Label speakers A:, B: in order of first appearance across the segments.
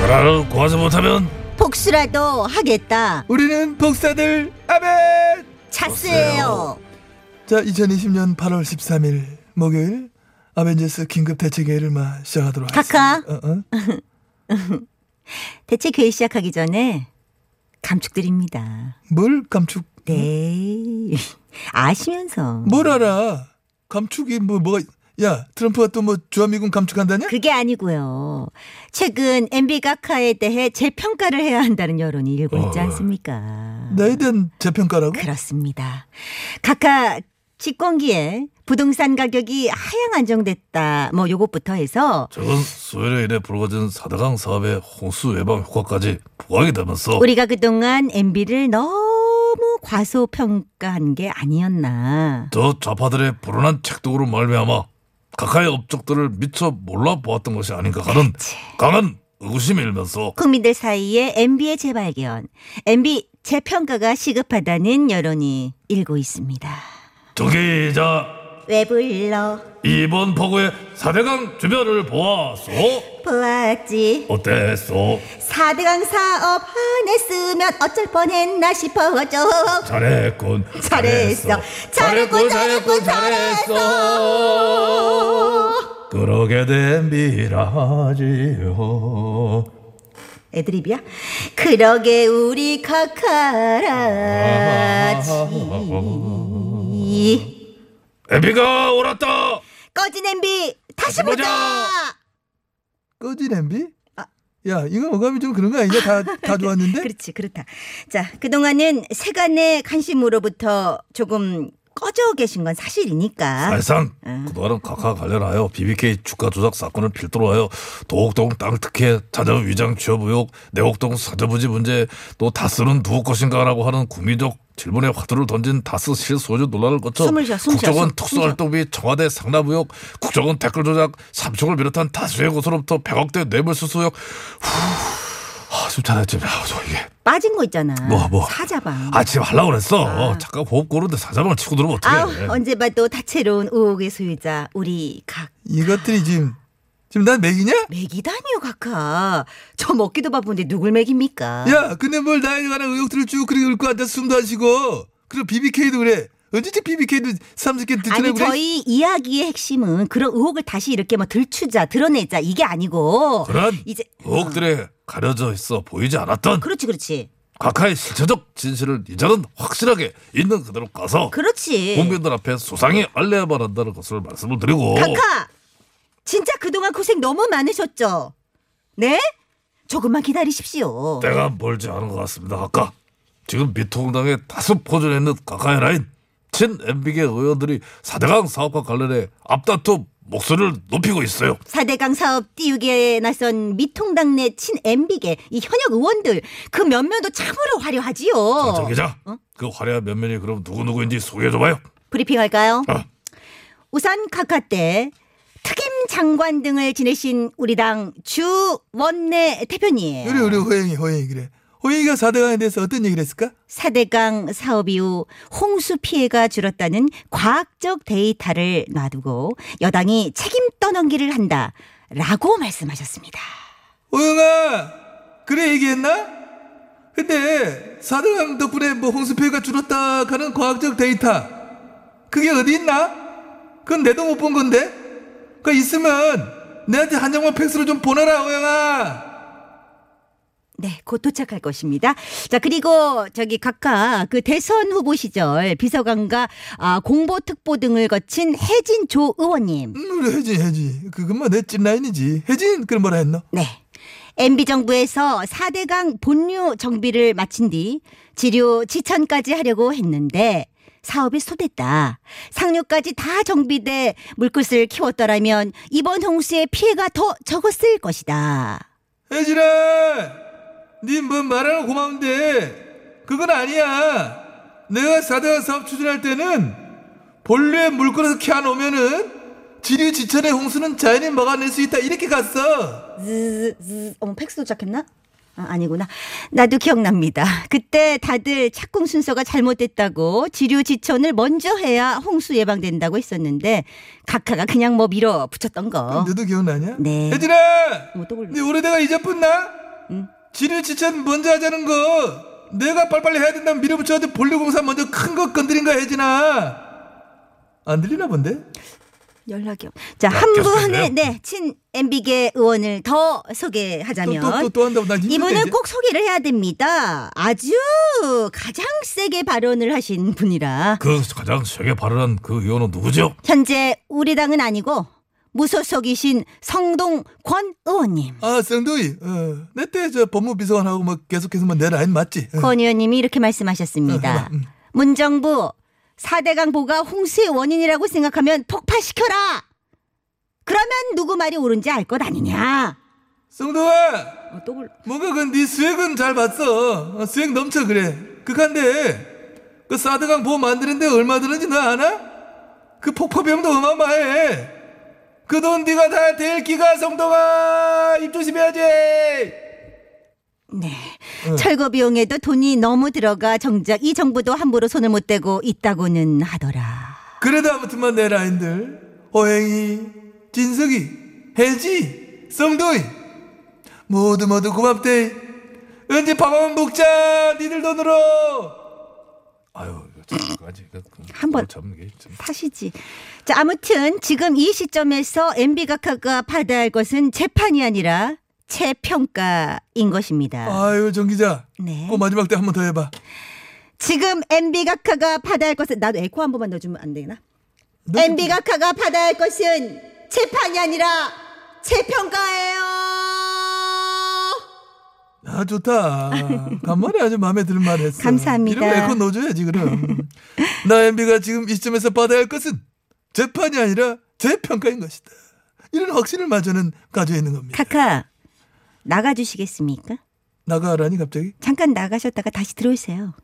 A: 나라를 구하지 못하면
B: 복수라도 하겠다.
C: 우리는 복사들 아멘.
B: 차스예요.
C: 자, 2020년 8월 13일 목요일 아벤져스 긴급 대책회의를 마 시작하도록
B: 카카.
C: 하겠습니다. 어, 어?
B: 대체 회의 시작하기 전에 감축드립니다.
C: 뭘 감축?
B: 네. 아시면서.
C: 뭘 알아? 감축이 뭐 뭐가? 야, 트럼프가 또 뭐 주한미군 감축한다냐?
B: 그게 아니고요. 최근 MB 가카에 대해 재평가를 해야 한다는 여론이 일고 있지 않습니까?
C: 나에 대한 재평가라고?
B: 그렇습니다. 각하 집권기에 부동산 가격이 하향 안정됐다. 뭐 요것부터 해서
A: 저건 수요일에 이래 불거진 4대강 사업의 홍수 예방 효과까지 부각이 되면서
B: 우리가 그동안 MB를 너무 과소평가한 게 아니었나.
A: 저 좌파들의 불운한 책독으로 말미암아 각하의 업적들을 미처 몰라보았던 것이 아닌가 하는 강한 의구심이 일면서
B: 국민들 사이에 MB의 재발견, MB 재평가가 시급하다는 여론이 일고 있습니다.
A: 저기자
B: 왜 불러
A: 이번 폭우의 4대강 주변을 보았소
B: 보았지?
A: 어땠소
B: 4대강 사업 화냈으면 어쩔 뻔했나 싶어져.
A: 잘했군
B: 잘했어. 잘했군, 잘했군, 잘했어.
A: 그러게 된 미라지요
B: 애드립이야? 그러게 우리 카카라지
A: 애비가 옳았다
B: 꺼진 엠비 다시
A: 다시 보자.
B: 보자
C: 꺼진 MB? 야, 이거 어감이 좀 그런 거 아니냐? 다, 다 좋았는데?
B: 아. 그렇지 그렇다 자 그동안은 세간의 관심으로부터 조금 꺼져 계신 건 사실이니까
A: 사실상 그동안은 각하 관련하여 BBK 주가 조작 사건을 필두로 하여 도곡동 땅 특혜, 자녀 위장 취업 의혹, 내곡동 사저부지 문제, 또 다스는 누구 것인가라고 하는 국민적 질문에 화두를 던진 다스 실소유 논란을 거쳐
B: 숨을 쉬어, 숨 쉬어,
A: 국정원
B: 숨,
A: 특수활동비 청와대 상납 의혹, 국정원 댓글 조작, 삼총을 비롯한 다수의 곳으로부터 100억대 뇌물수수 의혹 후, 아, 숨 차렸지만 아, 저 이게
B: 빠진 거 있잖아
A: 뭐, 뭐.
B: 사자방
A: 아 지금 하려고 그랬어 잠깐 호흡 고르는데 사자방을 치고 들어오면
B: 아우
A: 어떡해
B: 언제 봐도 다채로운 의혹의 소유자 우리 각
C: 이것들이 지금, 지금 난 맥이냐?
B: 먹이다니요 각하 저 먹기도 바쁜데 누굴 먹입니까
C: 야, 근데 뭘 나에 관한 의혹들을 쭉 그리고 읽고 앉아서 숨도 안 쉬고. 그리고 BBK도 그래. 언제쯤 BBK도 30개 듣잖아,
B: 아니
C: 그래.
B: 저희 이야기의 핵심은 그런 의혹을 다시 이렇게 뭐 들추자 드러내자 이게 아니고
A: 그런
B: 이제
A: 의혹들에 가려져 있어 보이지 않았던
B: 그렇지 그렇지
A: 각하의 실체적 진실을 이제는 확실하게 있는 그대로 가서
B: 그렇지 예.
A: 국민들 앞에 소상히 알려야만 한다는 것을 말씀을 드리고
B: 카카 진짜 그동안 고생 너무 많으셨죠 네 조금만 기다리십시오
A: 때가 멀지 않은 것 같습니다 각하 지금 미통당에 다수 포진했는 각하의 라인 친 엠비계 의원들이 사대강 사업과 관련해 앞다투 목소리를 높이고 있어요
B: 사대강 사업 띄우기에 나선 미통당 내 친 엠비계 이 현역 의원들 그 면면도 참으로 화려하지요
A: 정 기자 그 화려한 면면이 그럼 누구누구인지 소개해줘봐요
B: 브리핑할까요?
A: 아.
B: 우선 카카 때 특임 장관 등을 지내신 우리 당 주 원내 대표님.
C: 그래, 그래, 호영이, 호영이, 그래. 호영이가 4대강에 대해서 어떤 얘기를 했을까?
B: 4대강 사업 이후 홍수 피해가 줄었다는 과학적 데이터를 놔두고 여당이 책임 떠넘기를 한다. 라고 말씀하셨습니다.
C: 호영아 그래 얘기했나? 근데 사대강 덕분에 뭐 홍수표가 줄었다 하는 과학적 데이터 그게 어디 있나? 그건 내도 못 본 건데 그거 있으면 내한테 한 장만 팩스로 좀 보내라 호영아
B: 네, 곧 도착할 것입니다. 자, 그리고 저기 각각 그 대선 후보 시절 비서관과 아, 공보특보 등을 거친 혜진 조 의원님.
C: 음, 우리 혜진 혜진 그것만 뭐 내 찐라인이지 혜진 그럼 뭐라 했노?
B: 네. MB 정부에서 4대강 본류 정비를 마친 뒤 지류 지천까지 하려고 했는데 사업이 소됐다. 상류까지 다 정비돼 물끝을 키웠더라면 이번 홍수의 피해가 더 적었을 것이다.
C: 혜진아, 니뭐 말하는 고마운데 그건 아니야. 내가 사대강 사업 추진할 때는 본래 물건에서 캐안 오면은 지류 지천의 홍수는 자연이 막아낼 수 있다 이렇게 갔어.
B: zzz. 어머, 팩스 도착했나? 아, 니구나 나도 기억납니다. 그때 다들 착공 순서가 잘못됐다고 지류 지천을 먼저 해야 홍수 예방된다고 했었는데 각하가 그냥 뭐 밀어 붙였던 거.
C: 너도 기억나냐?
B: 네.
C: 혜진아,
B: 뭐또 걸려.
C: 니 오래다가 잊어뿐나? 지류 지천 먼저 하자는 거. 내가 빨리빨리 해야 된다면 밀어붙여도 본래 공사 먼저 큰 거 건드린 거야 혜진아. 안 들리나 본데?
B: 연락이 없. 자, 한
A: 계속
B: 분의
A: 해요?
B: 네, 친 MB계 의원을 더
C: 또
B: 소개하자면
C: 또 또 또 한다고 난 힘든데
B: 이분은
C: 이제.
B: 꼭 소개를 해야 됩니다. 아주 가장 세게 발언을 하신 분이라
A: 그 가장 세게 발언한 그 의원은 누구죠?
B: 현재 우리 당은 아니고 무소속이신 성동 권 의원님.
C: 아, 쌍둥이. 어, 내때 저 법무비서관하고 뭐 계속해서 뭐 내 라인 맞지? 어.
B: 권 의원님이 이렇게 말씀하셨습니다. 문정부 4대강 보가 홍수의 원인이라고 생각하면 폭파시켜라. 그러면 누구 말이 옳은지 알 것 아니냐.
C: 쌍둥아,
B: 어, 또 걸-
C: 뭔가 그네 수액은 잘 봤어. 어, 수액 넘쳐 그래. 그간데 그 사드강 보호 만드는데 얼마 드는지 너 아나? 그 폭파비용도 어마어마해. 그 돈 네가 다 대기가 성동아 입 조심해야지.
B: 네. 철거 비용에도 돈이 너무 들어가 정작 이 정부도 함부로 손을 못 대고 있다고는 하더라.
C: 그래도 아무튼만 내 라인들 호행이 진석이 혜지 썸도이 모두 모두 고맙대 언제 밥 한번 먹자 니들 돈으로
A: 아유, 까지 그,
B: 한 번.
A: 잡는 게 참.
B: 사시지. 자, 아무튼 지금 이 시점에서 MB 각하가 받아야 할 것은 재판이 아니라 재평가인 것입니다.
C: 아유 정 기자
B: 네.
C: 그 마지막 때 한 번 더 해봐
B: 지금 MB 각하가 받아야 할 것은 나도 에코 한 번만 넣어주면 안 되나?
C: 너
B: MB 각하가 받아야 할 것은 재판이 아니라 재평가예요.
C: 아 좋다 간만에 아주 마음에 드는 말 했어
B: 감사합니다.
C: 이런 에코 넣어줘야지 그럼 나 MB가 지금 이 시점에서 받아야 할 것은 재판이 아니라 재평가인 것이다 이런 확신을 마저는 가지고 있는 겁니다
B: 각하 나가주시겠습니까?
C: 나가라니 갑자기
B: 잠깐 나가셨다가 다시 들어오세요.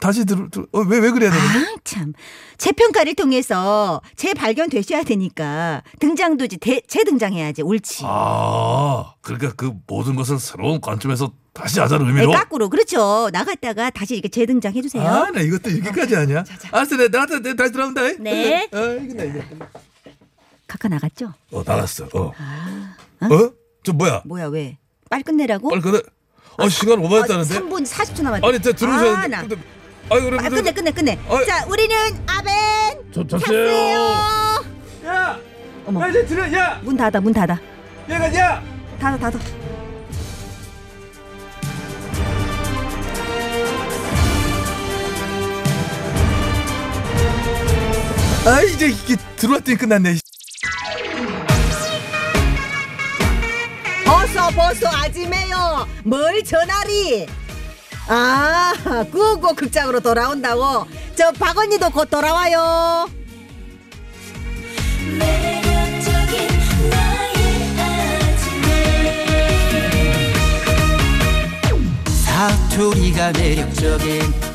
C: 다시 들어, 들어 어, 왜, 왜 그래야 되는 거야?
B: 아, 참. 재평가를 통해서 재발견되셔야 되니까 등장도지 대, 재등장해야지 옳지.
A: 아, 그러니까 그 모든 것을 새로운 관점에서 다시 하자는
B: 네,
A: 의미로.
B: 거꾸로 그렇죠. 나갔다가 다시 이렇게 재등장해 주세요.
C: 아, 나 이것도 여기까지 하냐? 알았어, 내 나한테 내 다시 들어온다. 이.
B: 네.
C: 어, 이거 나 이거.
B: 각하 나갔죠?
A: 어, 나갔어. 어.
B: 아.
A: 어? 저 뭐야?
B: 뭐야 왜? 빨리 끝내라고?
A: 빨리 그래. 아, 시간 오버했다는데.
B: 3분 40초 남았네.
A: 아니, 저 들으셔야
B: 아,
A: 되는데.
B: 나.
A: 근데- 아이 그래.
B: 아, 끝내 끝내 끝내.
A: 어이.
B: 자, 우리는 아벤
A: 저 잡세요.
B: 탔어요.
C: 야,
B: 어머.
C: 야, 이제 들어, 야,
B: 문 닫아 문 닫아.
C: 얘가 야.
B: 닫아 닫아.
C: 아, 이제 이게 들어왔더니 끝났네.
B: 벗어 벗어 아지매요 뭘 전하리 아 구호구 극장으로 돌아온다고 저 박언니도 곧 돌아와요
D: 매력적인 나의 아침에
E: 사투리가 매력적인